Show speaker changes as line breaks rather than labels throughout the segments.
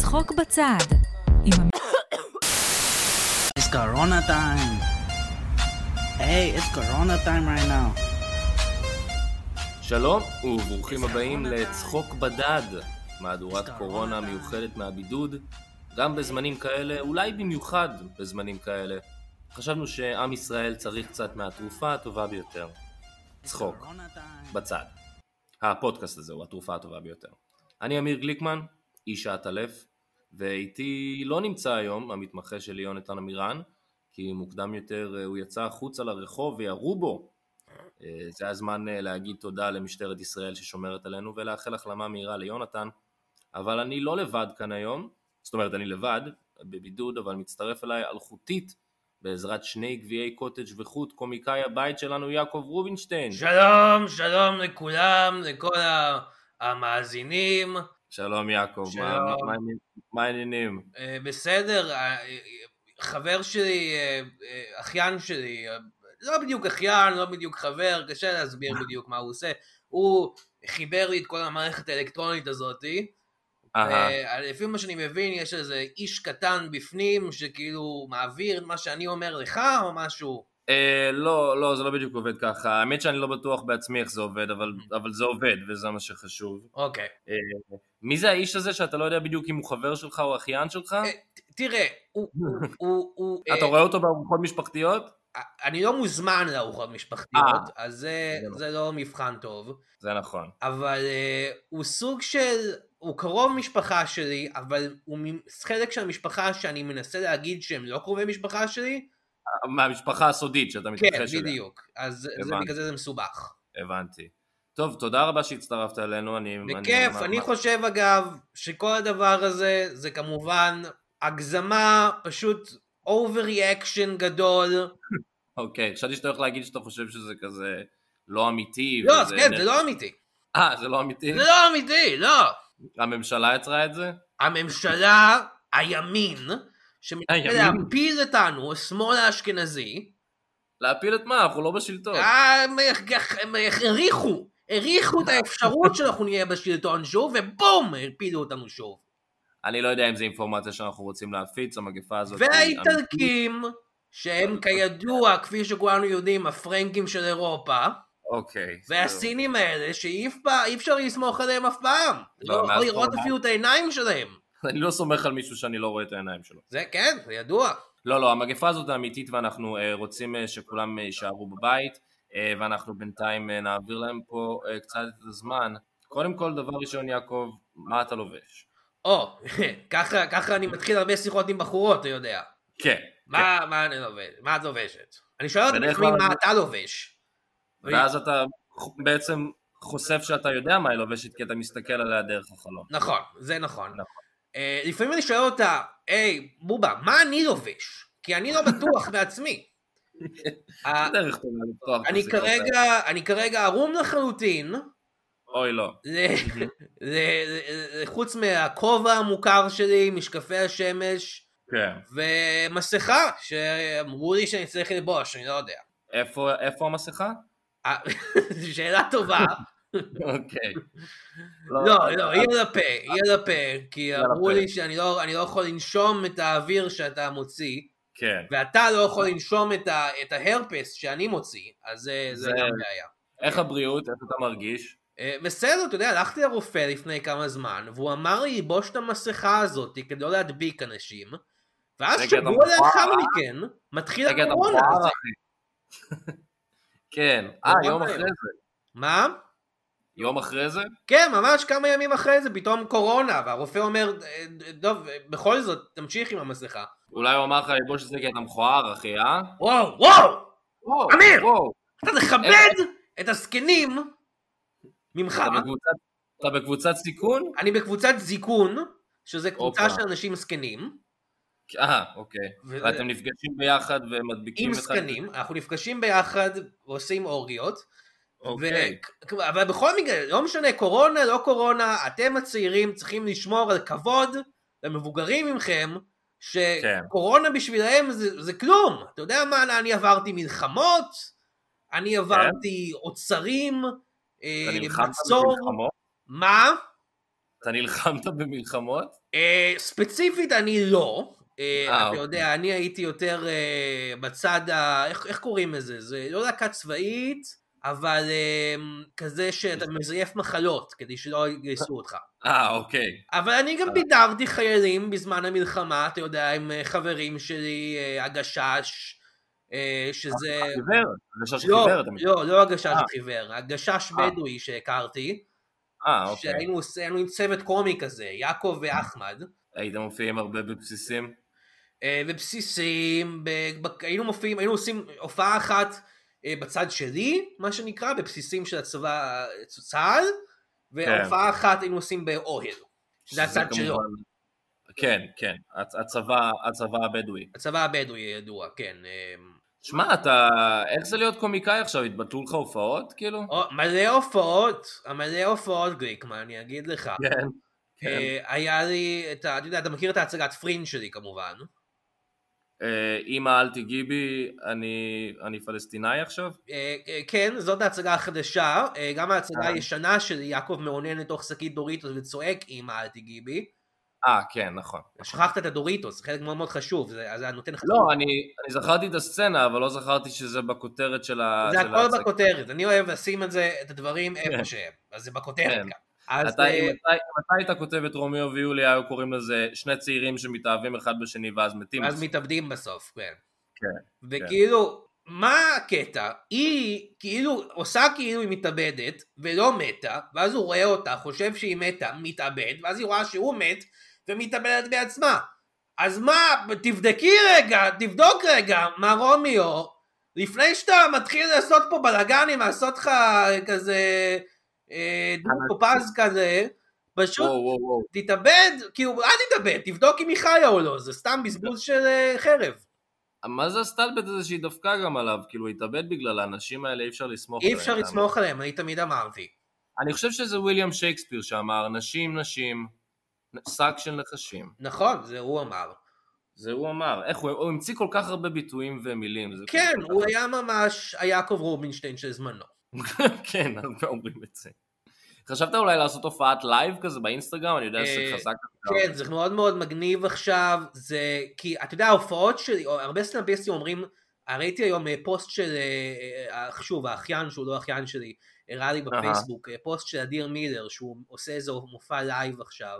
צחוק בצד, עם עמית
It's Corona time. Hey, it's Corona time right now.
שלום וברוכים הבאים לצחוק בדד, מהדורת קורונה מיוחדת מהבידוד, גם בזמנים כאלה, אולי במיוחד בזמנים כאלה. חשבנו שעם ישראל צריך קצת מהתרופה הטובה ביותר. צחוק, בצד. הפודקאסט הזה הוא התרופה הטובה ביותר. אני אמיר גליקמן, איש האטלף, ואיתי לא נמצא היום המתמחה שלי יונתן עמירן, כי מוקדם יותר אה, הוא יצא החוצה לרחוב וירו בו אה, זה הזמן אה, להגיד תודה למשטרת ישראל ששומרת עלינו ולאחל החלמה מהירה ליונתן. אבל אני לא לבד כאן היום, זאת אומרת אני לבד, בבידוד, אבל מצטרף אליי אלחוטית בעזרת שני גביעי קוטג' וחוט קומיקאי הבית שלנו יעקב רובינשטיין.
שלום, שלום לכולם, לכל ה- המאזינים.
שלום יעקב, מה-
שלום.
מה- מה העניינים- מה העניינים?
אה, בסדר, אה, אה, חבר שלי, אה, אה, אחיין שלי, אה, לא בדיוק אחיין, לא בדיוק חבר, קשה להסביר בדיוק מה הוא עושה. הוא חיבר לי את כל המערכת האלקטרונית הזאתי.
אהה,
אה, לפי מה שאני מבין, יש איזה איש קטן בפנים שכאילו מעביר את מה שאני אומר לך או משהו.
אה, לא, לא, זה לא בדיוק עובד ככה. האמת שאני לא בטוח בעצמי איך זה עובד, אבל- אבל זה עובד וזה מה שחשוב.
אוקיי.
אה, מי זה האיש הזה שאתה לא יודע בדיוק אם הוא חבר שלך או אחיין שלך?
אה, ת- תראה, הוא... הוא- הוא- הוא-
אתה
אה,
רואה אותו בארוחות משפחתיות?
אני לא מוזמן לארוחות משפחתיות, אז זה,
זה לא.
זה לא מבחן טוב,
זה נכון.
אבל uh, הוא סוג של, הוא קרוב משפחה שלי, אבל הוא מ- חלק של המשפחה שאני מנסה להגיד שהם לא קרובי משפחה שלי,
מהמשפחה הסודית שאתה מתכחש
כן,
אליה.
בדיוק, אז זה
הבנתי.
בגלל זה זה מסובך.
הבנתי. טוב, תודה רבה שהצטרפת אלינו. אני...
בכיף,
מה-
אני
מה-
חושב אגב, שכל הדבר הזה זה כמובן הגזמה, פשוט overreaction גדול,
אוקיי, חשבתי שאתה הולך להגיד שאתה חושב שזה כזה לא אמיתי.
לא,
וזה-
כן, זה לא אמיתי,
אה, זה לא אמיתי?
זה לא אמיתי, לא.
הממשלה יצרה את זה?
הממשלה, הימין,
הימין?
שמנסה להפיל אותנו, השמאל האשכנזי,
להפיל את מה? אנחנו לא בשלטון.
הם הם הריחו, הריחו את האפשרות שאנחנו נהיה בשלטון שוב, ובום, הפילו אותנו שוב.
אני לא יודע אם זו אינפורמציה שאנחנו רוצים להפיץ, המגפה הזאת... היא אמיתית.
והאיטלקים, שהם כידוע, כפי שכולנו יודעים, הפרנקים של אירופה,
אוקיי.
והסינים האלה, שאי אפ- אי אפשר לסמוך עליהם אף פעם.
לא,
לא יכול
מאז
לראות
קורונה.
אפילו את העיניים שלהם.
אני לא סומך על מישהו שאני לא רואה את העיניים שלו.
זה כן, זה ידוע.
לא, לא, המגפה הזאת אמיתית ואנחנו אה, רוצים אה, שכולם אה, יישארו בבית, אה, ואנחנו בינתיים אה, נעביר להם פה אה, קצת את הזמן. קודם כל, דבר ראשון, יעקב, מה אתה לובש?
או, ככה ככה אני מתחיל הרבה שיחות עם בחורות, אתה יודע.
כן.
מה, מה אני לובש? מה את לובשת? אני שואל את
בדרך
עצמי
כלל-
מה אתה לובש.
כן. ואז אתה ח- בעצם חושף שאתה יודע מה היא לובשת, כי אתה מסתכל עליה דרך החלום.
נכון, זה נכון.
נכון.
אה, לפעמים אני שואל אותה, היי, בובה, מה אני לובש? כי אני לא בטוח בעצמי. אה,
זה לא דרך טובה לפתוח את
אני
השיחות האלה.
כרגע, אני כרגע ערום לחלוטין,
אוי, לא.
ל- ל- ל- חוץ מהכובע המוכר שלי, משקפי השמש,
כן.
ומסכה, שאמרו לי שאני צריך ללבוש, אני לא יודע.
איפה, איפה המסכה?
אה, שאלה טובה.
אוקיי.
לא, לא, היא על הפה, היא על הפה, כי
על
אמרו
הפה.
לי שאני לא, אני לא יכול לנשום את האוויר שאתה מוציא,
כן.
ואתה לא יכול לנשום את, ה, את ההרפס שאני מוציא, אז זה, זה
זה-
גם בעיה.
איך הבריאות? איך אתה מרגיש?
אה, בסדר, אתה יודע, הלכתי לרופא לפני כמה זמן, והוא אמר לי ללבוש את המסכה הזאת כדי לא להדביק אנשים, ואז
רגע, אתה
שבוע
מכוער,
לאחר
אה?
מכן, מתחיל
רגע, אתה
הקורונה.
מכוער,
אז-
אחי. כן. אה, יום אחרי זה.
מה?
יום אחרי זה?
כן, ממש כמה ימים אחרי זה, פתאום קורונה, והרופא אומר, "אה, דב, אה, בכל זאת, תמשיך עם המסכה.
אולי הוא אמר לך ללבוש את זה כי אתה מכוער, אחי, אה?
וואו, וואו!
וואו,
אמיר!
וואו,
אתה תכבד את הזקנים ממך.
אתה בקבוצת- אתה בקבוצת סיכון?
אני בקבוצת זיכון, שזה קבוצה
הופה.
של אנשים זקנים,
אה, אוקיי.
ו-
ואתם נפגשים ביחד ומדביקים
עם
אחד-
זקנים, אנחנו נפגשים ביחד ועושים אורגיות,
אוקיי.
ו- אבל בכל מקרה, לא משנה, קורונה, לא קורונה, אתם הצעירים צריכים לשמור על כבוד למבוגרים ממכם,
כן.
שקורונה בשבילם זה, זה כלום. אתה יודע מה, אני עברתי מלחמות, אני עברתי אוצרים, אה,
כן. אתה נלחם
מצור,
במלחמות?
מה?
אתה נלחמת במלחמות?
אה, ספציפית אני לא. אה,
אה,
אתה
אוקיי.
יודע, אני הייתי יותר אה, בצד ה... איך איך קוראים לזה? זה לא להקה צבאית, אבל אה, כזה שאתה מזייף מחלות כדי שלא יגייסו אותך.
אה, אוקיי.
אבל אני גם
אה.
בידרתי חיילים בזמן המלחמה, אתה יודע, עם אה, חברים שלי, אה, הגשש, אה, שזה...
חיוור, הגשש
לא,
חיוור, אתה
לא, לא הגשש
אה.
חיוור, הגשש
אה.
בדואי שהכרתי,
אה, אוקיי.
שהיינו עושה- היינו עם צוות קומי כזה, יעקב ואחמד,
היית מופיעים הרבה בבסיסים?
אה, בבסיסים, ב- ב- היינו מופיעים, היינו עושים הופעה אחת אה, בצד שלי, מה שנקרא, בבסיסים של הצבא, צה"ל, והופעה אחת היינו עושים באוהל,
כן. שזה נכון.
הצד
כמובן-
שלו.
כן, כן. הצ- הצבא, הצבא הבדואי.
הצבא הבדואי ידוע, כן. אה,
שמע, אתה... איך זה להיות קומיקאי עכשיו? התבטלו לך הופעות, כאילו?
או- מלא הופעות, מלא הופעות גריקמן, אני אגיד לך.
כן. כן.
אה, היה לי את ה... אתה יודע, אתה מכיר את ההצגת פרינג' שלי כמובן.
אה, אמא, אל תיגעי בי, אני- אני פלסטינאי עכשיו?
אה, אה, כן, זאת ההצגה החדשה, אה, גם ההצגה
אה.
הישנה שלי, יעקב מעונן לתוך שקית דוריטוס וצועק אמא אל תיגעי בי.
אה, כן, נכון.
שכחת את הדוריטוס, זה חלק מאוד מאוד חשוב, זה אז זה נותן לך...
לא, אני אני זכרתי את הסצנה, אבל לא זכרתי שזה בכותרת של ה...
זה
של
הכל
ההצגה.
בכותרת, אני אוהב לשים את זה, את הדברים איפה
לא כן.
שהם, אז זה בכותרת
כן.
גם. אז
אתה,
אה,
אם אתה אם אתה היית כותב את רומיו ויוליה, היו קוראים לזה שני צעירים שמתאהבים אחד בשני ואז מתים.
ואז מתאבדים בסוף, כן.
כן,
וכאילו, מה הקטע? היא כאילו עושה כאילו היא מתאבדת ולא מתה, ואז הוא רואה אותה, חושב שהיא מתה, מתאבד, ואז היא רואה שהוא מת ומתאבדת בעצמה. אז מה, תבדקי רגע, תבדוק רגע, מה רומיו, לפני שאתה מתחיל לעשות פה בלאגנים, לעשות לך כזה אה, דו-פופז כזה, פשוט
וואו, וואו, וואו.
תתאבד, כאילו, אל תתאבד, תבדוק אם היא חיה או לא, זה סתם בזבוז של אה, חרב.
מה זה הסטלבט הזה שהיא דפקה גם עליו? כאילו, הוא התאבד בגלל האנשים האלה, אי אפשר לסמוך
אי אפשר
עליהם.
לסמוך עליהם, אני תמיד אמרתי.
אני חושב שזה וויליאם שייקספיר שאמר, נשים, נשים, שק של נחשים.
נכון, זה הוא אמר.
זה הוא אמר. איך הוא, הוא המציא כל כך הרבה ביטויים ומילים. זה
כן,
כל כך-
הוא היה ממש היעקב רובינשטיין של זמנו.
כן, הרבה אומרים את זה. חשבת אולי לעשות הופעת לייב כזה באינסטגרם? אני יודע
אה,
שחזק...
כן, זה מאוד מאוד מגניב עכשיו, זה כי, אתה יודע, ההופעות שלי, או- הרבה סטנדאפיסטים אומרים, ראיתי היום אה, פוסט של, אה, אה, שוב, האחיין שהוא לא אחיין שלי, הראה לי בפייסבוק, אה, פוסט של אדיר מילר, שהוא עושה איזה מופע לייב עכשיו.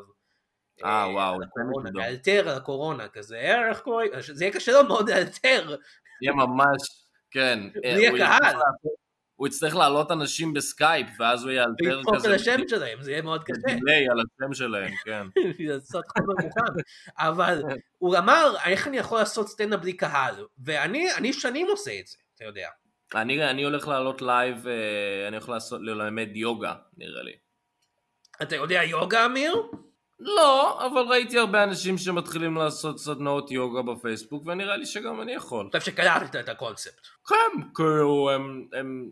אה, וואו,
על
זה
הקורונה,
נקודות.
לאלתר על הקורונה כזה, אה, איך קורה, זה יהיה קשה לו מאוד לאלתר,
יהיה ממש... כן. אה,
בלי
הוא יצטרך
הקהל.
לעשות- הוא יצטרך להעלות אנשים בסקייפ, ואז הוא יאלתר
לדפוק
כזה... כן,
על השם שלהם, זה יהיה מאוד קשה.
דיליי על השם שלהם, כן.
לעשות חומר מוכן, אבל הוא אמר, איך אני יכול לעשות סטנדאפ בלי קהל? ואני אני שנים עושה את זה, אתה יודע.
אני, אני הולך לעלות לייב, אה, אני הולך לעשות, ללמד יוגה, נראה לי.
אתה יודע יוגה, אמיר?
לא, אבל ראיתי הרבה אנשים שמתחילים לעשות סדנאות יוגה בפייסבוק, ונראה לי שגם אני יכול.
אני חושב שקלטת את הקונספט.
כן, כאילו, הם, הם,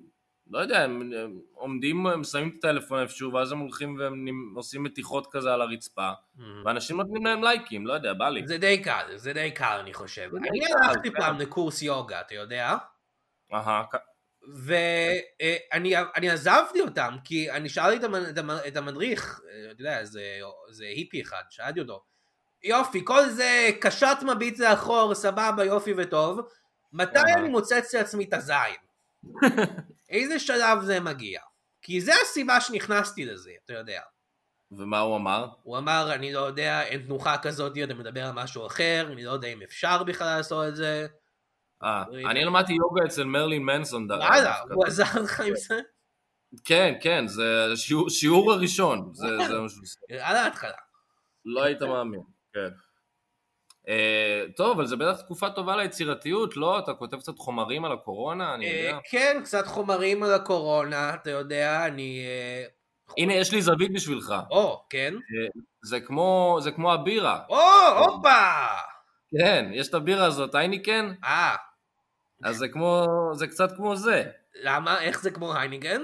לא יודע, הם, הם עומדים, הם שמים את הטלפון איפשהו, ואז הם הולכים והם נמ- עושים מתיחות כזה על הרצפה, ואנשים נותנים להם לייקים, לא יודע, בא לי.
זה די קל, זה די קל, אני חושב.
זה די
אני
קל,
הלכתי
כן.
פעם לקורס יוגה, אתה יודע?
אהה, כ-
ואני אני עזבתי אותם, כי אני שאלתי את המ- את המ- את המדריך, אה, אתה יודע, זה, זה היפי אחד, שאלתי אותו, יופי, כל זה קשת מביט לאחור, סבבה, יופי וטוב, מתי
אהה.
אני מוצץ לעצמי את הזין? איזה שלב זה מגיע? כי זה הסיבה שנכנסתי לזה, אתה יודע.
ומה הוא אמר?
הוא אמר, אני לא יודע, אין תנוחה כזאת, אתה מדבר על משהו אחר, אני לא יודע אם אפשר בכלל לעשות את זה.
אה,
ראיתי.
אני למדתי יוגה אצל מרלין מנסון דרך
וואלה,
דווקא.
הוא עזר לך עם זה?
כן, כן, זה השיעור- שיעור הראשון, זה זה מה שהוא עושה.
על ההתחלה.
לא היית
אוקיי.
מאמין, כן. אה, טוב, אבל זה בטח תקופה טובה ליצירתיות, לא? אתה כותב קצת חומרים על הקורונה, אני
אה,
יודע.
כן, קצת חומרים על הקורונה, אתה יודע, אני... אה,
הנה, יש לי זווית בשבילך.
או, כן?
זה כמו, זה כמו הבירה.
או, הופה!
כן, יש את הבירה הזאת, הייניקן,
אה,
אז זה כמו, זה קצת כמו זה.
למה? איך זה כמו הייניגן?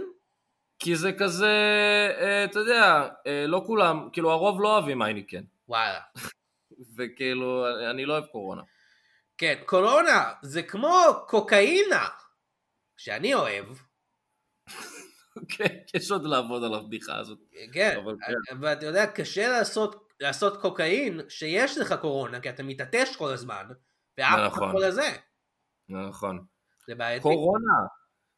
כי זה כזה, אה, אתה יודע, אה, לא כולם, כאילו הרוב לא אוהבים הייניקן.
וואלה.
וכאילו, אני לא אוהב קורונה.
כן, קורונה זה כמו קוקאינה, שאני אוהב,
כן, יש עוד לעבוד על הבדיחה הזאת.
כן,
אבל
אבל אתה יודע, קשה לעשות, לעשות קוקאין שיש לך קורונה, כי אתה מתעטש כל הזמן, ואף אחד
נכון.
כל הזה.
נכון.
זה בעייתי.
קורונה.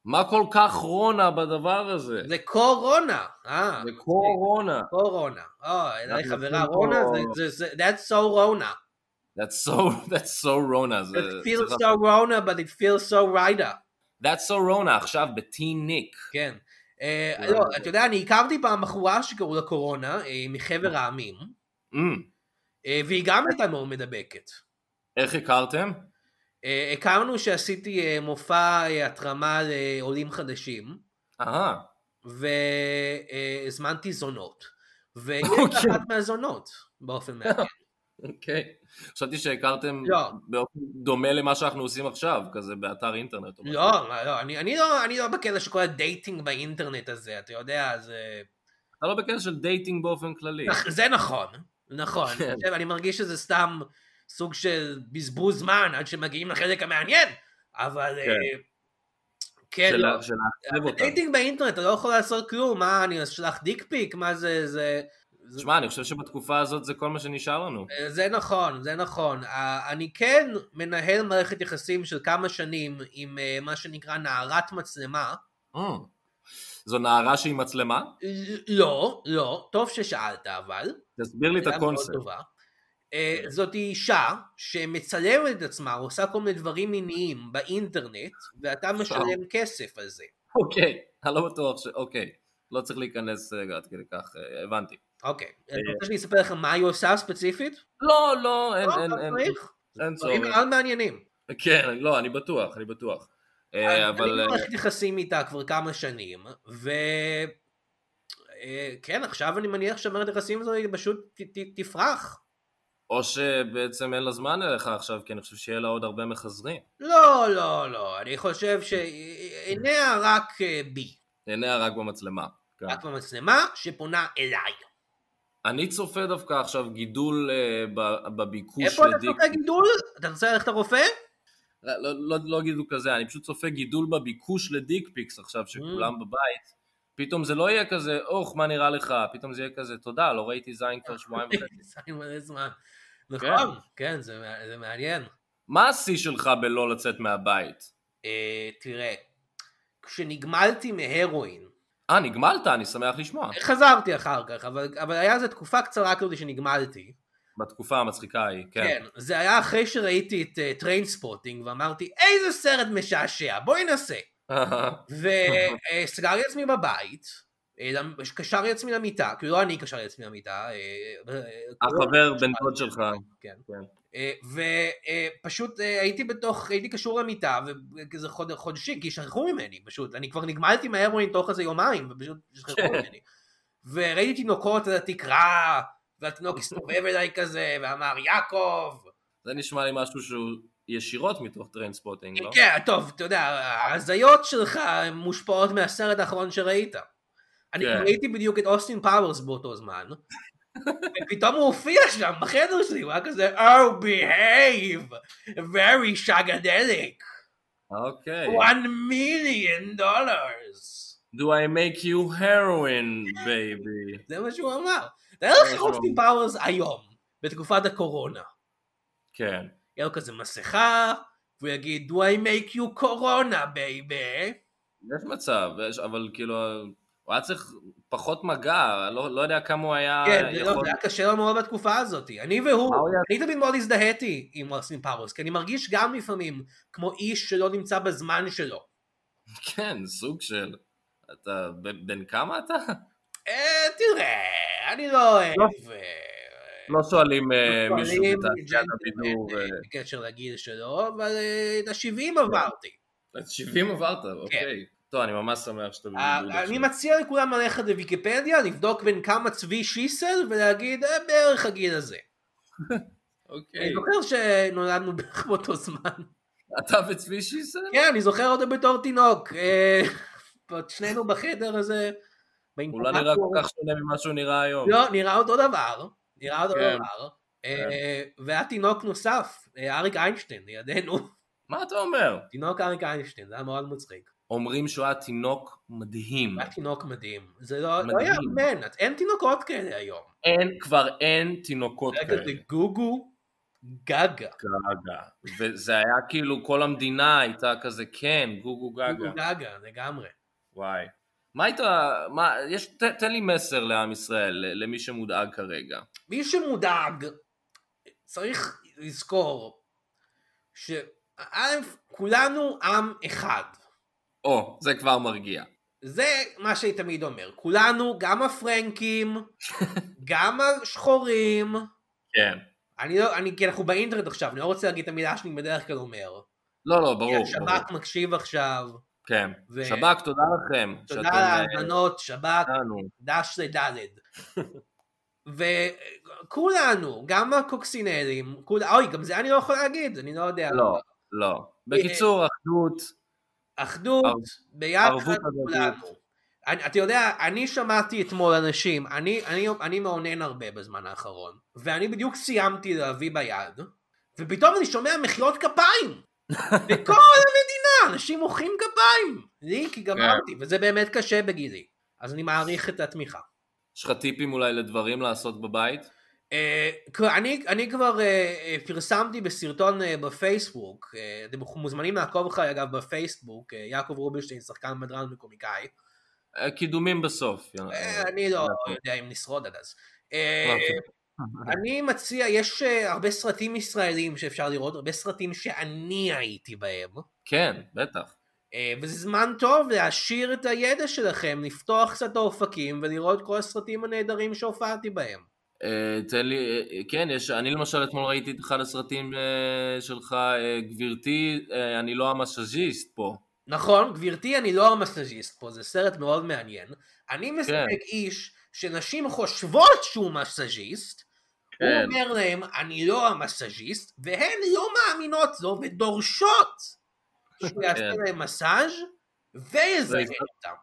מה כל כך רונה בדבר הזה?
זה קורונה. אה,
זה קורונה.
קורונה. אוי, אין לי
אנחנו
חברה
עושים
רונה,
פה-
זה- זה, זה, that's so rona.
That's so, that's so Rona. זה-
It feels
צריך-
so rona, but it feels so rider.
That's so Rona עכשיו בטין ניק.
כן. אה,
וואו.
לא, אתה יודע, אני הכרתי פעם בחורה שקראו לה קורונה, אה, מחבר העמים,
אמ,
אה, והיא גם הייתה מאוד מדבקת.
איך הכרתם?
אה, הכרנו שעשיתי אה, מופע אה, התרמה לעולים חדשים,
אהה.
והזמנתי זונות. והיא
אוקיי.
הייתה אחת מהזונות, באופן מעניין.
אוקיי. חשבתי שהכרתם
לא.
באופן דומה למה שאנחנו עושים עכשיו, כזה באתר אינטרנט. או משהו.
לא, מה, לא, אני, אני לא, אני לא בקטע של כל הדייטינג באינטרנט הזה, אתה יודע, זה...
אתה לא בקטע של דייטינג באופן כללי.
נכ- זה נכון, נכון.
אוקיי. כן.
אני חושב, אני מרגיש שזה סתם סוג של בזבוז זמן עד שמגיעים לחלק המעניין, אבל...
כן.
אה, כן,
של
לא.
ה- של לאכזב אותם.
דייטינג באינטרנט, אתה לא יכול לעשות כלום, מה, אני אשלח דיק פיק, מה זה, זה... זה-
שמע, אני חושב שבתקופה הזאת זה כל מה שנשאר לנו.
זה נכון, זה נכון. אה, אני כן מנהל מערכת יחסים של כמה שנים עם אה, מה שנקרא נערת מצלמה.
אמ. זו נערה שהיא מצלמה?
ל- לא, לא, טוב ששאלת אבל.
תסביר לי את
שאלה מאוד
הקונספט. כן.
טובה. אה, זאת אישה שמצלמת את עצמה, עושה כל מיני דברים מיניים באינטרנט, ואתה משלם כסף על זה.
אוקיי, אני לא בטוח ש... אוקיי, לא צריך להיכנס רגע עד כדי כך, אה, הבנתי.
אוקיי,
אה,
אני רוצה שאני אספר לך מה היא עושה ספציפית?
לא, לא, אין,
לא,
אין,
לא
אין,
צריך. לא,
אין
דברים
צורך.
מאוד מעניינים.
כן, לא, אני בטוח, אני בטוח. אה, אבל...
אני
אה,
מערכת יחסים איתה כבר כמה שנים, ו... אה, כן, עכשיו אני מניח שהמערכת יחסים הזו היא פשוט ת- ת- תפרח.
או שבעצם אין לה זמן אליך עכשיו, כי אני חושב שיהיה לה עוד הרבה מחזרים.
לא, לא, לא, אני חושב שעיניה רק אה, בי,
עיניה רק במצלמה. כן.
רק במצלמה שפונה אליי.
אני צופה דווקא עכשיו גידול אה, ב- בביקוש
איפה אתה
לדיק...
צוחק גידול? אתה רוצה ללכת לרופא?
לא- לא- לא- לא גידול כזה, אני פשוט צופה גידול בביקוש לדיק פיקס עכשיו, שכולם בבית. פתאום זה לא יהיה כזה, אוח, מה נראה לך? פתאום זה יהיה כזה, תודה, לא ראיתי זין כבר שבועיים וחצי.
זה מלא זמן. נכון, אוקיי. כן, זה מע- זה מעניין.
מה השיא שלך בלא לצאת מהבית?
אה, תראה, כשנגמלתי מהרואין,
אה, נגמלת, אני שמח לשמוע.
אוקיי. חזרתי אחר כך, אבל אבל היה איזו תקופה קצרה כזאת שנגמלתי.
בתקופה המצחיקה ההיא, כן.
כן, זה היה אחרי שראיתי את טריינספוטינג ואמרתי, איזה סרט משעשע, בואי ננסה. וסגרתי עצמי בבית, אה, למ- קשרתי עצמי למיטה, כאילו לא אני קשרתי עצמי למיטה, אה, אה,
החבר בן דוד שלך.
כן.
כן.
ופשוט אה, הייתי בתוך, הייתי קשור למיטה, וכזה חוד, חודשי, כי שכחו ממני פשוט, אני כבר נגמלתי מההרואין תוך איזה יומיים, ופשוט שכחו
כן.
ממני. וראיתי תינוקות על התקרה, והתינוק הסתובב אליי כזה, ואמר, יעקב,
זה נשמע לי משהו שהוא ישירות מתוך טריינספוטינג, לא?
כן, טוב, אתה יודע, ההזיות שלך הן מושפעות מהסרט האחרון שראית. אני
כן.
כבר ראיתי בדיוק את אוסטין פאוורס באותו זמן, ופתאום הוא הופיע שם בחדר שלי, הוא היה כזה, Oh, behave, very shagadelic,
אוקיי.
one million dollars.
Do I make you heroin, baby?
זה מה שהוא אמר.
כן, זה
תאר
נכון.
לך
מה שהוא
אוסטין פאוורס היום, בתקופת הקורונה.
כן.
יהיה לו כזה מסכה, והוא יגיד, Do I make you corona, baby?
יש מצב, יש- אבל כאילו, הוא היה צריך פחות מגע, לא לא יודע כמה הוא היה
כן, זה לא-
יכול...
זה היה קשה לנו מאוד בתקופה הזאת. אני והוא,
מה הוא יעשה?
אני תמיד מאוד הזדהיתי עם אוסטין פאוורס, כי אני מרגיש גם לפעמים כמו איש שלא נמצא בזמן שלו.
כן, סוג של... אתה... ב- בן כמה אתה?
אה, תראה, אני לא אוהב... אה,
לא שואלים אה, מישהו
שואלים
בתעשיית
ג'נטלמן,
הבידור...
אה,
אה,
בקשר לגיל שלו, אבל אה, את ה-70 עברתי.
אז 70 אה, עברת, אוקיי. טוב, אני ממש שמח שאתה
כן. אה,
בבידוד
אני
עכשיו.
מציע לכולם ללכת לוויקיפדיה, לבדוק בין כמה צבי שיסל ולהגיד "אה, בערך הגיל הזה. אני
אוקיי.
זוכר שנולדנו בערך באותו זמן.
אתה וצבי שיסל?
כן, אני זוכר אותו בתור תינוק. אה, עוד שנינו בחדר הזה.
הוא לא נראה כל כך שונה ממה שהוא נראה היום.
לא, נראה אותו דבר. נראה אותו
כן.
דבר. אה, והיה תינוק נוסף, אה, אריק איינשטיין, לידינו.
מה אתה אומר? Mm.
תינוק אריק איינשטיין, זה היה מאוד מצחיק.
אומרים שהוא היה תינוק מדהים.
היה תינוק מדהים. זה לא לא
מדהים.
יאמן, את- אין תינוקות כאלה היום.
אין, כבר אין תינוקות
רגע,
כאלה.
זה גוגו גגה.
גגה. וזה היה כאילו, כל המדינה הייתה כזה, כן, גוגו גגה.
גוגו גגה, לגמרי.
וואי. מה היית, מה, יש, ת, תן לי מסר לעם ישראל, למי שמודאג כרגע.
מי שמודאג צריך לזכור שא', כולנו עם אחד.
או, זה כבר מרגיע.
זה מה שאני תמיד אומר. כולנו, גם הפרנקים, גם השחורים,
כן.
אני לא, אני, כי אנחנו באינטרנט עכשיו, אני לא רוצה להגיד את המילה שאני בדרך כלל אומר.
לא, לא,
כי
ברור. ברור.
השב"כ מקשיב עכשיו,
כן.
ו-
שב"כ, תודה לכם.
תודה
שאתם, אה,
להאזנות, שב"כ,
איתנו.
דש לדלת. וכולנו, גם הקוקסינלים, כול... אוי, גם זה אני לא יכול להגיד, אני לא יודע.
לא, לא. בקיצור, אחדות,
אה, אחדות,
ערב-
ביחד
ערבות הדדית.
כולנו. אני, אתה יודע, אני שמעתי אתמול אנשים, אני, אני, אני מאונן הרבה בזמן האחרון, ואני בדיוק סיימתי להביא ביד, ופתאום אני שומע מחיאות כפיים! בכל המדינה, אנשים מוחאים כפיים! לי,
כן.
כי גמרתי, וזה באמת קשה בגילי. אז אני מעריך את התמיכה.
יש לך טיפים אולי לדברים לעשות בבית?
אה, כבר- אני, אני כבר אה, אה, פרסמתי בסרטון אה, בפייסבוק, אה, אתם מוזמנים לעקוב אחרי אגב בפייסבוק, אה, יעקב רובינשטיין, שחקן מדרן וקומיקאי,
אה, קידומים בסוף. יא-
אה,
אה,
אני לא
אוקיי.
יודע אם נשרוד עד אז. אה,
אוקיי.
אני מציע, יש אה, הרבה סרטים ישראלים שאפשר לראות, הרבה סרטים שאני הייתי בהם,
כן, בטח.
אה, וזה זמן טוב להעשיר את הידע שלכם, לפתוח קצת את האופקים ולראות כל הסרטים הנהדרים שהופעתי בהם.
אה, תן לי, אה, כן, יש, אני למשל אתמול ראיתי את אחד הסרטים אה, שלך, אה, גברתי, אה, אני לא המשאז'יסט פה.
נכון, גברתי, אני לא המסאז'יסט פה, זה סרט מאוד מעניין.
כן.
אני מספק איש שנשים חושבות שהוא מסאז'יסט, הוא
כן.
אומר להם, אני לא המסאז'יסט, והן לא מאמינות לו ודורשות שהוא יעשה
כן.
להם מסאז'
זה-
ויזהה אותם.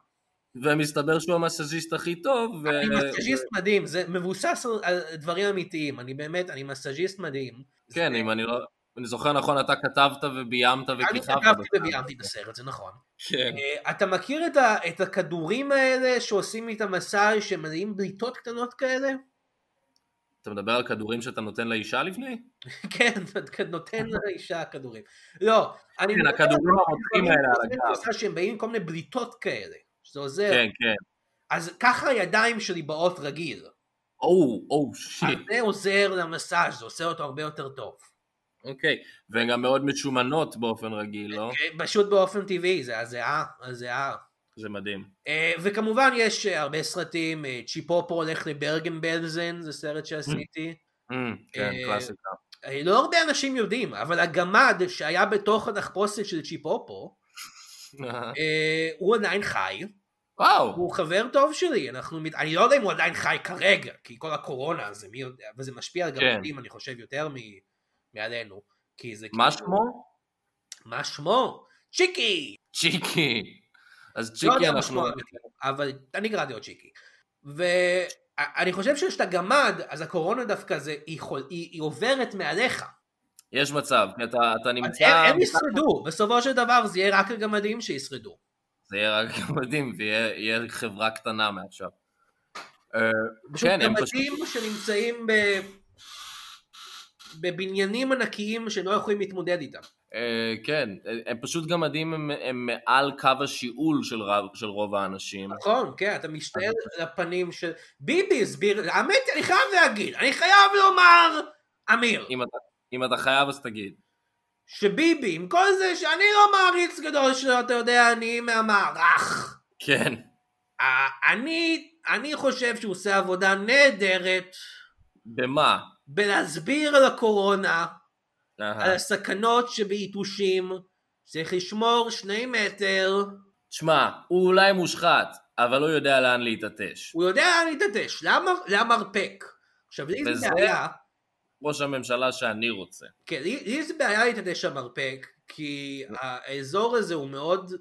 ומסתבר שהוא המסאז'יסט הכי טוב, ו...
אני מסאז'יסט מדהים, זה מבוסס על- על דברים אמיתיים, אני באמת, אני מסאז'יסט מדהים.
כן,
זה-
אם אני לא... אני זוכר נכון, אתה כתבת וביימת
אני
וכיכבת.
כתבתי וביימתי את הסרט, זה נכון.
כן.
אה, אתה מכיר את, ה, את הכדורים האלה שעושים איתם מסאז' שמלאים בליטות קטנות כאלה?
אתה מדבר על כדורים שאתה נותן לאישה לפני?
כן, אתה נותן לאישה כדורים. לא, אני...
כן,
מדבר
הכדורים
על
הרותחים האלה על
שעושים
הגב.
מסאז' שהם באים עם כל מיני בליטות כאלה, שזה עוזר.
כן, כן.
אז ככה הידיים שלי באות רגיל.
או, או, שיט.
זה עוזר למסאז', זה עושה אותו הרבה יותר טוב.
אוקיי. והן גם מאוד משומנות באופן רגיל, לא?
אה, פשוט באופן טבעי, זה הזיעה, הזיעה.
זה מדהים.
אה, וכמובן יש אה, הרבה סרטים, אה, צ'יפופו הולך לברגן בלזן, זה סרט שעשיתי.
אמ, כן,
אה,
קלאסיקה.
אה, לא הרבה אנשים יודעים, אבל הגמד שהיה בתוך התחפושת של צ'יפופו, אה, הוא עדיין חי,
וואו,
הוא חבר טוב שלי, אנחנו, מת- אני לא יודע אם הוא עדיין חי כרגע, כי כל הקורונה זה מי יודע, וזה משפיע על
כן.
גמדים, אני חושב, יותר מ... מעלינו, כי זה
מה
כאילו-
שמו?
מה שמו? צ'יקי!
צ'יקי. אז
לא
צ'יקי
יודע מה
אנחנו...
שמו האמיתי, אבל אני קראתי לו צ'יקי. ואני חושב שיש את הגמד, אז הקורונה דווקא זה, היא, חול, היא, היא עוברת מעליך.
יש מצב, כי אתה אתה
אז
נמצא...
הם, הם ישרדו, בסופו של דבר זה יהיה רק הגמדים שישרדו.
זה יהיה רק מדהים, ויהיה חברה קטנה מעכשיו. אה,
פשוט
כן, הם פשוט...
גמדים שנמצאים ב... בבניינים ענקיים שהם לא יכולים להתמודד איתם.
אה, כן, הם פשוט גמדים, הם- הם מעל קו השיעול של רב- של רוב האנשים.
נכון, כן, אתה משתעל על הפנים של... ביבי הסביר, האמת, אני חייב להגיד, אני חייב לומר, אמיר,
אם אתה- אם אתה חייב אז תגיד.
שביבי, עם כל זה שאני לא מעריץ גדול שלו, אתה יודע, אני מהמערך.
כן,
ה- אני, אני חושב שהוא עושה עבודה נהדרת
במה?
בלהסביר על הקורונה,
אהה.
על הסכנות שביתושים, צריך לשמור שני מטר,
תשמע, הוא אולי מושחת, אבל הוא יודע לאן להתעטש.
הוא יודע לאן להתעטש, למה למרפק? עכשיו לי
וזה-
זה בעיה,
ראש הממשלה שאני רוצה.
כן, לי לי זה בעיה להתעטש למרפק, כי האזור הזה הוא מאוד,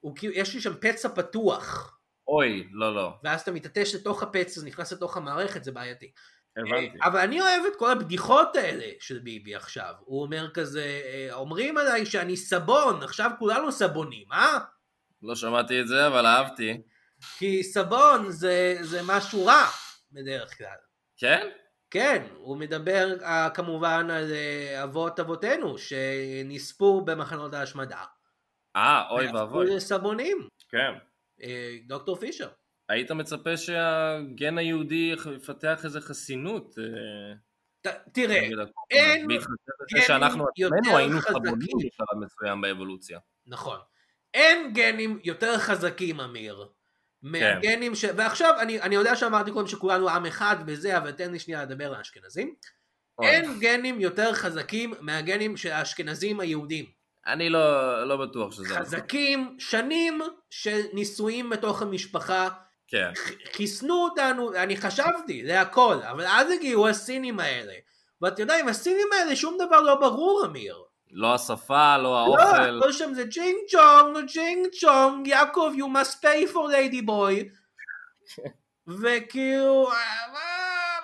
הוא כאילו, יש לי שם פצע פתוח,
אוי, לא, לא.
ואז אתה מתעטש לתוך הפצע, זה נכנס לתוך המערכת, זה בעייתי.
הבנתי.
אבל אני אוהב את כל הבדיחות האלה של ביבי עכשיו. הוא אומר כזה, אה, אומרים עליי שאני סבון, עכשיו כולנו סבונים, אה?
לא שמעתי את זה, אבל אהבתי.
כי סבון זה, זה משהו רע בדרך כלל.
כן?
כן, הוא מדבר אה, כמובן על אה, אבות אבותינו שנספו במחנות ההשמדה.
אה, אוי
והפכו
ואבוי.
לסבונים,
כן.
אה, דוקטור פישר.
היית מצפה שהגן היהודי יח- יפתח איזה חסינות. אה,
ת, תראה,
נגד הקורונה.
אה, אין
בהתחשב בזה
גנים
שאנחנו
יותר
עצמנו היינו
חזקים.
חבונים בשלב מסוים באבולוציה.
נכון. אין גנים יותר חזקים, אמיר. מהגנים ש... ועכשיו, אני, אני יודע שאמרתי קודם שכולנו עם אחד וזה, אבל תן לי שנייה לדבר לאשכנזים.
אוי.
אין גנים יותר חזקים מהגנים של האשכנזים היהודים.
אני לא לא בטוח שזה... נכון.
חזקים, שנים של נישואים בתוך המשפחה,
כן.
חיסנו אותנו, אני חשבתי, זה הכל, אבל אז הגיעו הסינים האלה. ואתה יודע, עם הסינים האלה שום דבר לא ברור, אמיר.
לא השפה, לא
לא,
האוכל.
הכל שם זה ג'ינג צ'ונג, ג'ינג צ'ונג, יעקב, you must pay for lady boy. וכאילו, "אה, מה,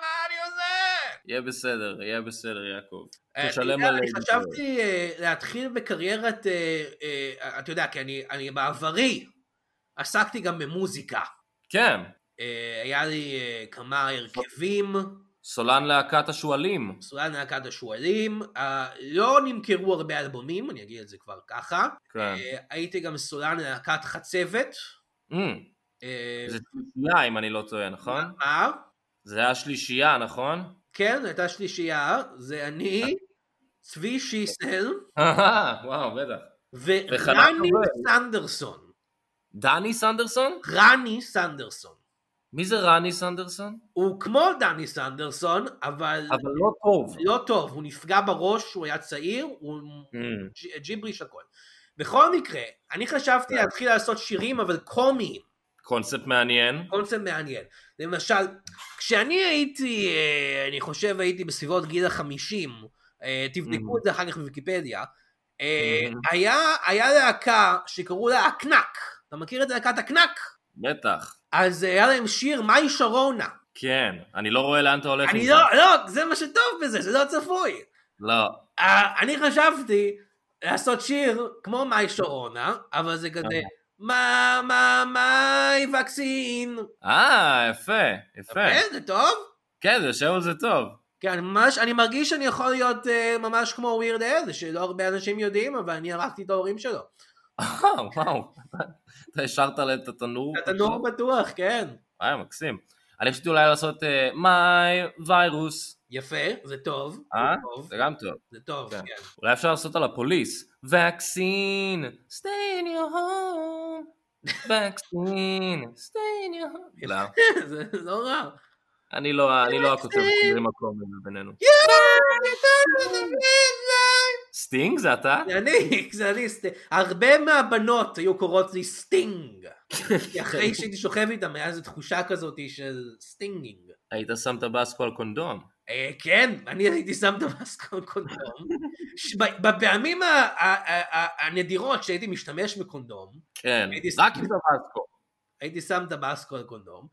מה אני עושה?
יהיה בסדר, יהיה בסדר, יעקב.
אה,
תשלם
אתה יודע,
על
אני
lady boy.
חשבתי אה, להתחיל בקריירת, אה, אה, אתה יודע, כי אני- אני בעברי עסקתי גם במוזיקה.
כן,
אה, היה לי אה, כמה הרכבים,
סולן להקת השועלים.
סולן להקת השועלים, אה, לא נמכרו הרבה אלבומים, אני אגיד את זה כבר ככה.
כן.
אה, הייתי גם סולן להקת חצבת.
אמ,
אה,
זה שלישייה, אם אני לא טועה, נכון?
מה?
זה היה שלישייה, נכון?
כן, זו הייתה שלישייה, זה
אה.
אני, צבי שיסל
וואו, בטח. וחנן
ורני
קבל.
סנדרסון.
דני סנדרסון?
רני סנדרסון.
מי זה רני סנדרסון?
הוא כמו דני סנדרסון, אבל
אבל לא טוב.
לא טוב, הוא נפגע בראש, הוא היה צעיר, הוא
אמ,
ג'- ג'יבריש הכל. בכל מקרה, אני
כן.
חשבתי להתחיל לעשות שירים אבל קומיים,
קונספט מעניין.
קונספט מעניין. למשל, כשאני הייתי, אה, אני חושב הייתי בסביבות גיל החמישים, אה, תבדקו
Mhm.
את זה אחר כך בוויקיפדיה, אה,
Mhm.
היה היה להקה שקראו לה הקנק, אתה מכיר את להקת הקנק?
בטח.
אז היה להם שיר מאי שרונה.
כן. אני לא רואה לאן אתה הולך עם
אני
זה.
לא, לא, זה מה שטוב בזה, שזה לא צפוי.
לא.
אה, אני חשבתי לעשות שיר כמו מאי שרונה, אבל זה כזה, מה, מה, מאי וקסין.
אה, יפה. יפה.
כן, זה טוב?
כן, זה שם זה טוב.
כן, אני ממש, אני מרגיש שאני יכול להיות אה, ממש כמו ווירד אל, שלא הרבה אנשים יודעים, אבל אני הרגתי את ההורים שלו.
אה, וואו. אתה השארת להם את התנור?
התנור בטוח, כן.
אה, מקסים. אני חשבתי אולי לעשות אה, מיי ויירוס.
יפה, זה טוב. זה
אה?
טוב,
זה גם טוב.
זה טוב,
כן.
כן.
אולי אפשר לעשות על הפוליס. Vaccine, stay in your home. Vaccine, stay in your home. לא,
זה לא רע.
אני לא אני לא הכותב זה מקום בינינו. סטינג זה אתה?
זה אני, זה אני, סט- הרבה מהבנות היו קוראות לי סטינג. כי אחרי שהייתי שוכב איתם, היה איזו תחושה כזאת של סטינגינג.
היית שם טבסקו על קונדום.
אה, כן, אני הייתי שם את המאסק על קונדום. שב- בפעמים ה- ה- ה- ה- הנדירות שהייתי משתמש בקונדום,
כן,
הייתי שם-
רק עם טבסקו.
הייתי שם טבסקו על קונדום,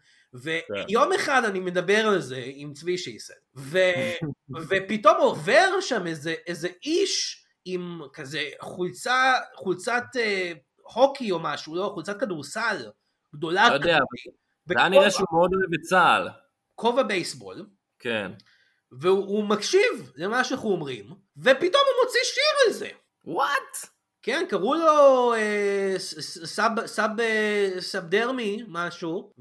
כן.
ויום אחד אני מדבר על זה עם צבי שייסל, ו... ופתאום עובר שם איזה, איזה איש עם כזה חולצה, חולצת אה, הוקי או משהו, לא, חולצת כדורסל גדולה
לא יודע, זה היה נראה
וכובע
שהוא מאוד אוהב את צה"ל.
כובע בייסבול,
כן.
והוא הוא מקשיב למה שאנחנו אומרים, ופתאום הוא מוציא שיר על זה.
וואט?
כן, קראו לו אה, ס- ס- סאב, סאב, אה, סאבדרמי, משהו,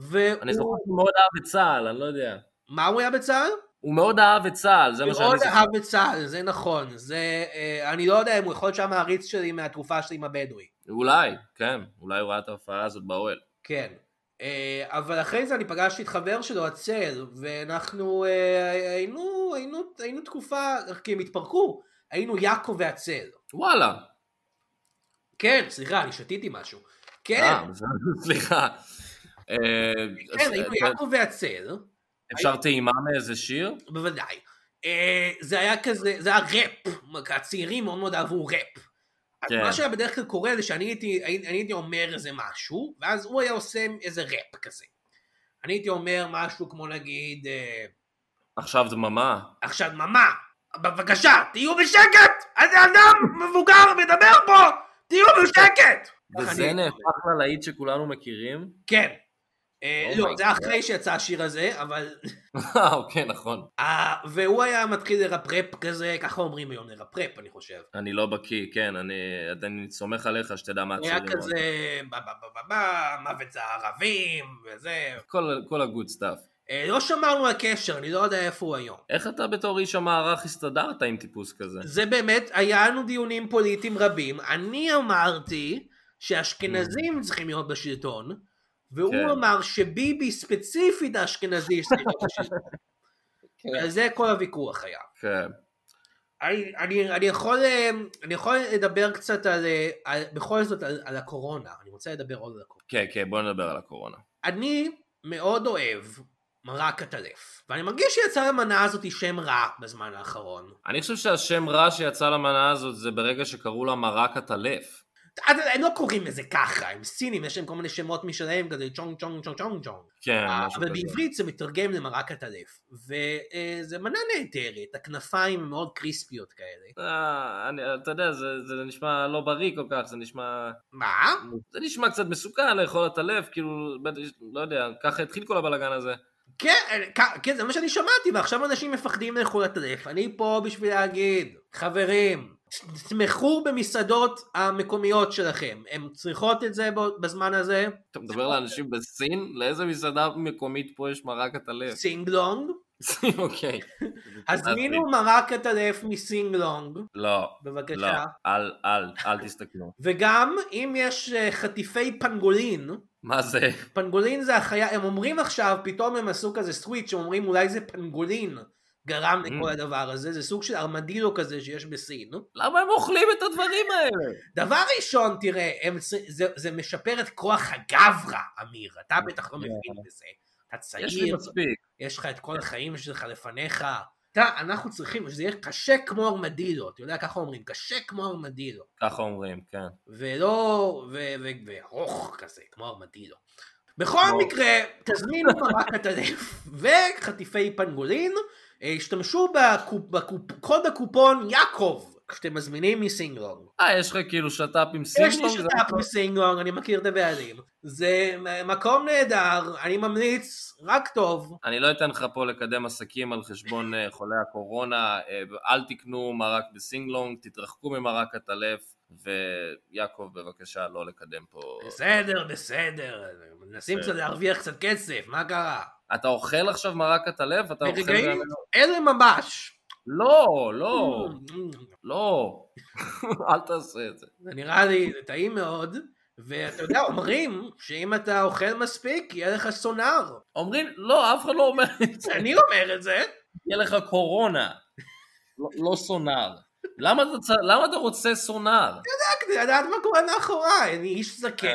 אני זוכר
והוא...
שהוא מאוד אהב את צה"ל, אני לא יודע.
מה הוא היה בצה"ל?
הוא מאוד אהב את צה"ל, זה מה שאני
מאוד
זוכר.
אהב את צה"ל, זה נכון. זה... אה, אני לא יודע אם הוא יכול להיות שהמעריץ שלי מהתרופה שלי עם הבדואי.
אולי, כן, אולי הוא ראה את ההופעה הזאת באוהל.
כן. אה, אבל אחרי זה אני פגשתי את חבר שלו, הצל, ואנחנו אה, היינו, היינו, היינו תקופה, כי הם התפרקו, היינו יעקב והצל.
וואלה.
כן, סליחה, אני שתיתי משהו. כן,
אה, בסדר, סליחה. אה,
כן,
אז,
היינו
אה,
יעקב והצל,
אפשר טעימה מאיזה שיר?
בוודאי. אה, זה היה כזה, זה היה ראפ, הצעירים מאוד מאוד אהבו ראפ. אז
כן.
מה שהיה בדרך כלל קורה זה שאני הייתי, אני הייתי אומר איזה משהו, ואז הוא היה עושה איזה ראפ כזה. אני הייתי אומר משהו כמו נגיד, אה,
עכשיו דממה.
עכשיו מה? בבקשה, תהיו בשקט! אז אדם מבוגר מדבר פה! תהיו בשקט! ככה
וזה
אני-
נהפך ללהיט שכולנו מכירים.
כן. אה,
Oh
לא,
my
זה אחרי שיצא השיר הזה, אבל...
אה, אוקיי, נכון.
אה, והוא היה מתחיל לרפרפ כזה, ככה אומרים היום לרפרפ, אני חושב.
אני לא בקיא, כן, אני, אני סומך עליך שתדע מה
היה
הצירים.
כזה, בה בה בה בה בה, מוות זה הערבים, וזה.
כל, כל הגוד סטאפ.
אה, לא שמרנו על קשר, אני לא יודע איפה הוא היום.
איך אתה בתור איש המערך הסתדרת עם טיפוס כזה?
זה באמת, היה לנו דיונים פוליטיים רבים. אני אמרתי שאשכנזים צריכים להיות בשלטון,
כן.
והוא אמר שביבי ספציפית האשכנזי צריך להיות בשלטון. על זה כל הוויכוח היה.
כן.
אני, אני, אני, יכול, אה, אני יכול לדבר קצת על, אה, על בכל זאת על, על הקורונה, אני רוצה לדבר עוד על הקורונה.
כן, כן, בוא נדבר על הקורונה.
אני מאוד אוהב מרק הטלף, ואני מרגיש שיצא למנה הזאת שם רע בזמן האחרון.
אני חושב שהשם רע שיצא למנה הזאת זה ברגע שקראו לה מרק הטלף.
אז הם לא קוראים לזה ככה, הם סינים, יש להם כל מיני שמות משלהם כזה צ'ונג צ'ונג צ'ונג צ'ונג צ'ונג.
כן, משהו
אבל
כזה.
בעברית זה מתרגם למרק הטלף, וזה מנה נהדרת, הכנפיים הן מאוד קריספיות כאלה.
אה, אני- אתה יודע, זה, זה נשמע לא בריא כל כך, זה נשמע...
מה?
זה נשמע קצת מסוכן לאכול את הלב, כאילו, בטח, לא יודע, ככה התחיל כל הבלאגן הזה.
כן, כ- כן, זה מה שאני שמעתי, ועכשיו אנשים מפחדים לאכול הטלף. אני פה בשביל להגיד, חברים, ת- תתמכו במסעדות המקומיות שלכם. הן צריכות את זה ב- בזמן הזה.
אתה מדבר לאנשים בסין? לאיזה מסעדה מקומית פה יש מרק הטלף?
סינגלונג.
סין, אוקיי.
הזמינו מרק הטלף מסינגלונג,
לא, לא,
בבקשה.
אל, אל, אל תסתכלו.
וגם, אם יש אה, חטיפי פנגולין,
מה זה?
פנגולין זה החיה, הם אומרים עכשיו, פתאום הם עשו כזה סוויץ', הם אומרים אולי זה פנגולין גרם לכל
Mm.
הדבר הזה, זה סוג של ארמדילו כזה שיש בסין.
למה הם אוכלים את הדברים האלה?
דבר ראשון, תראה, הם, צ- זה, זה משפר את כוח הגברא, אמיר. אתה בטח לא מבין בזה. אתה צעיר,
כן. יש לי כן. מספיק.
יש לך את כל החיים שלך לפניך. אתה, אנחנו צריכים, שזה יהיה קשה כמו ארמדילו, אתה יודע, ככה אומרים, קשה כמו ארמדילו.
ככה אומרים, כן.
ולא, ו- ו- וארוך כזה, כמו ארמדילו. בכל
כמו-
מקרה, תזמינו מרק הטלף וחטיפי פנגולין, אה, השתמשו בקופ- בקופ- קוד הקופון יעקב, כשאתם מזמינים מסינגלונג.
אה, יש לך כאילו שת"פ עם סין?
יש לי שותף בסינגלונג, אני מכיר את הבעלים. זה מקום נהדר, אני ממליץ, רק טוב.
אני לא אתן לך פה לקדם עסקים על חשבון אה, חולי הקורונה, אה, אל תקנו מרק בסינגלונג, תתרחקו ממרק הטלף, ויעקב בבקשה לא לקדם פה.
בסדר, בסדר, מנסים קצת
בסדר.
להרוויח קצת כסף, מה קרה?
אתה אוכל עכשיו מרק הטלף? אתה אוכל...
ברגעים
גם-
אלה ממש.
לא, לא,
Mm,
לא. אל תעשה את זה.
זה נראה לי זה טעים מאוד, ואתה יודע, אומרים שאם אתה אוכל מספיק, יהיה לך סונאר.
אומרים, לא, אף אחד לא אומר את זה.
אני אומר את זה,
יהיה לך קורונה. לא- לא סונאר. למה אתה צ- למה אתה רוצה סונאר?
רק כדי לדעת מה קורה מאחוריי, אני איש זקן.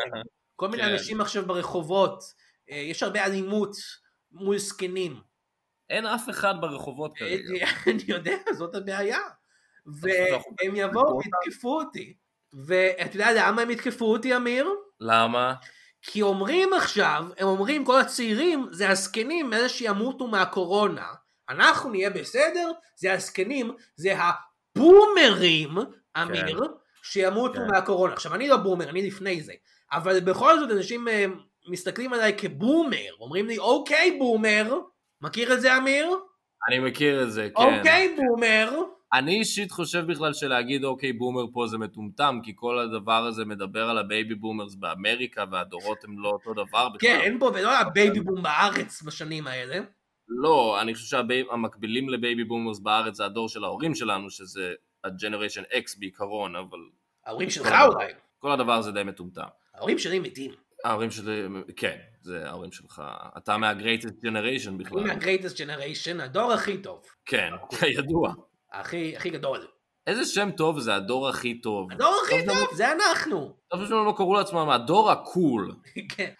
כל מיני
כן.
אנשים עכשיו ברחובות, אה, יש הרבה אלימות מול זקנים.
אין אף אחד ברחובות כרגע.
אה, אני יודע, זאת הבעיה. והם יבואו
אותם?
ויתקפו אותי. ואתה יודע למה הם יתקפו אותי, אמיר?
למה?
כי אומרים עכשיו, הם אומרים כל הצעירים, זה הזקנים, אלה שימותו מהקורונה. אנחנו נהיה בסדר, זה הזקנים, זה הבומרים, אמיר, שימותו
כן.
מהקורונה. עכשיו, אני לא בומר, אני לפני זה. אבל בכל זאת, אנשים אה, מסתכלים עליי כבומר, אומרים לי, אוקיי, בומר. מכיר את זה, אמיר?
אני מכיר את זה, כן.
אוקיי, בומר.
אני אישית חושב בכלל שלהגיד אוקיי בומר פה זה מטומטם, כי כל הדבר הזה מדבר על הבייבי בומרס באמריקה, והדורות הם לא אותו דבר בכלל.
כן, אין פה, ולא היה בייבי בום בארץ בשנים האלה.
לא, אני חושב שהמקבילים לבייבי בומרס בארץ זה הדור של ההורים שלנו, שזה ה-Generation X בעיקרון, אבל
ההורים שלך אולי.
כל הדבר הזה די מטומטם.
ההורים שלי מתים.
ההורים שלי, כן, זה ההורים שלך. אתה מה-Greatest Generation בכלל.
אני מה-Greatest Generation, הדור הכי טוב.
כן, כידוע.
הכי, הכי גדול.
איזה שם טוב זה הדור הכי טוב.
הדור הכי טוב, זה אנחנו.
אני חושב שהם לא קראו לעצמם הדור הקול.
כן.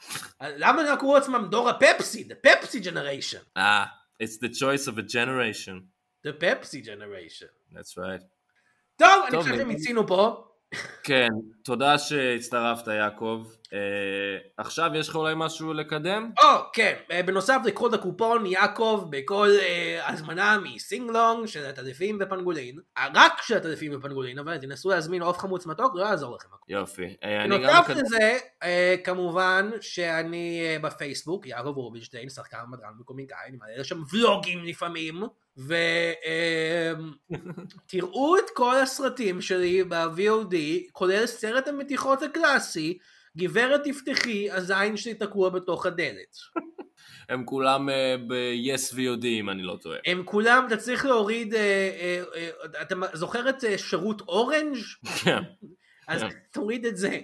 למה הם לא קראו לעצמם דור הפפסי? The Pepsi Generation.
אה, it's the choice of a generation.
The Pepsi Generation.
That's right.
טוב, אני
טוב,
חושב
אני-
שמיצינו פה.
כן, תודה שהצטרפת יעקב. אה, עכשיו יש לך אולי משהו לקדם?
או, כן, אה, בנוסף לקוד הקופון יעקב בכל אה, הזמנה מסינגלונג של הטלפים ופנגולין, אה, רק של הטלפים ופנגולין, אבל תנסו להזמין עוף חמוץ מתוק, לא יעזור לכם.
יופי. אה, אני גם
בנוסף
מקדם...
לזה, אה, כמובן שאני אה, בפייסבוק, יעקב רובינשטיין, שחקן מדרן וקומיקאי, אני מעלה שם ולוגים לפעמים, ותראו את כל הסרטים שלי ב-VOD, כולל סרט המתיחות הקלאסי, גברת תפתחי, הזין שלי תקוע בתוך הדלת.
הם כולם אה, ב-yes VOD אם אני לא טועה.
הם כולם, אתה צריך להוריד, אה, אה, אה, אתה זוכר את אה, שירות אורנג'?
כן.
אז
כן.
תוריד את זה.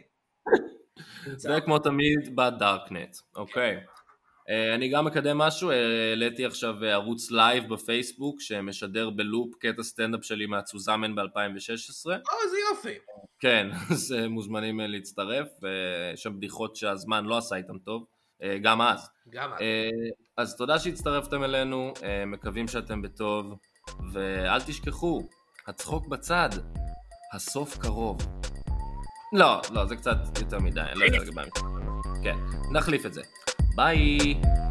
זה כמו תמיד בדארקנט, אוקיי. אה, אני גם מקדם משהו, אה, העליתי עכשיו אה, ערוץ לייב בפייסבוק שמשדר בלופ קטע סטנדאפ שלי מהצוזמן ב-2016.
או, זה יופי.
כן, אז אה, מוזמנים אה, להצטרף, אה, יש שם בדיחות שהזמן לא עשה איתם טוב, אה, גם אז.
גם את.
אה, אז תודה שהצטרפתם אלינו, אה, מקווים שאתם בטוב, ואל תשכחו, הצחוק בצד, הסוף קרוב. לא, לא, זה קצת יותר מדי, אני לא יודע לגבי המשחק. כן, נחליף את זה. ביי!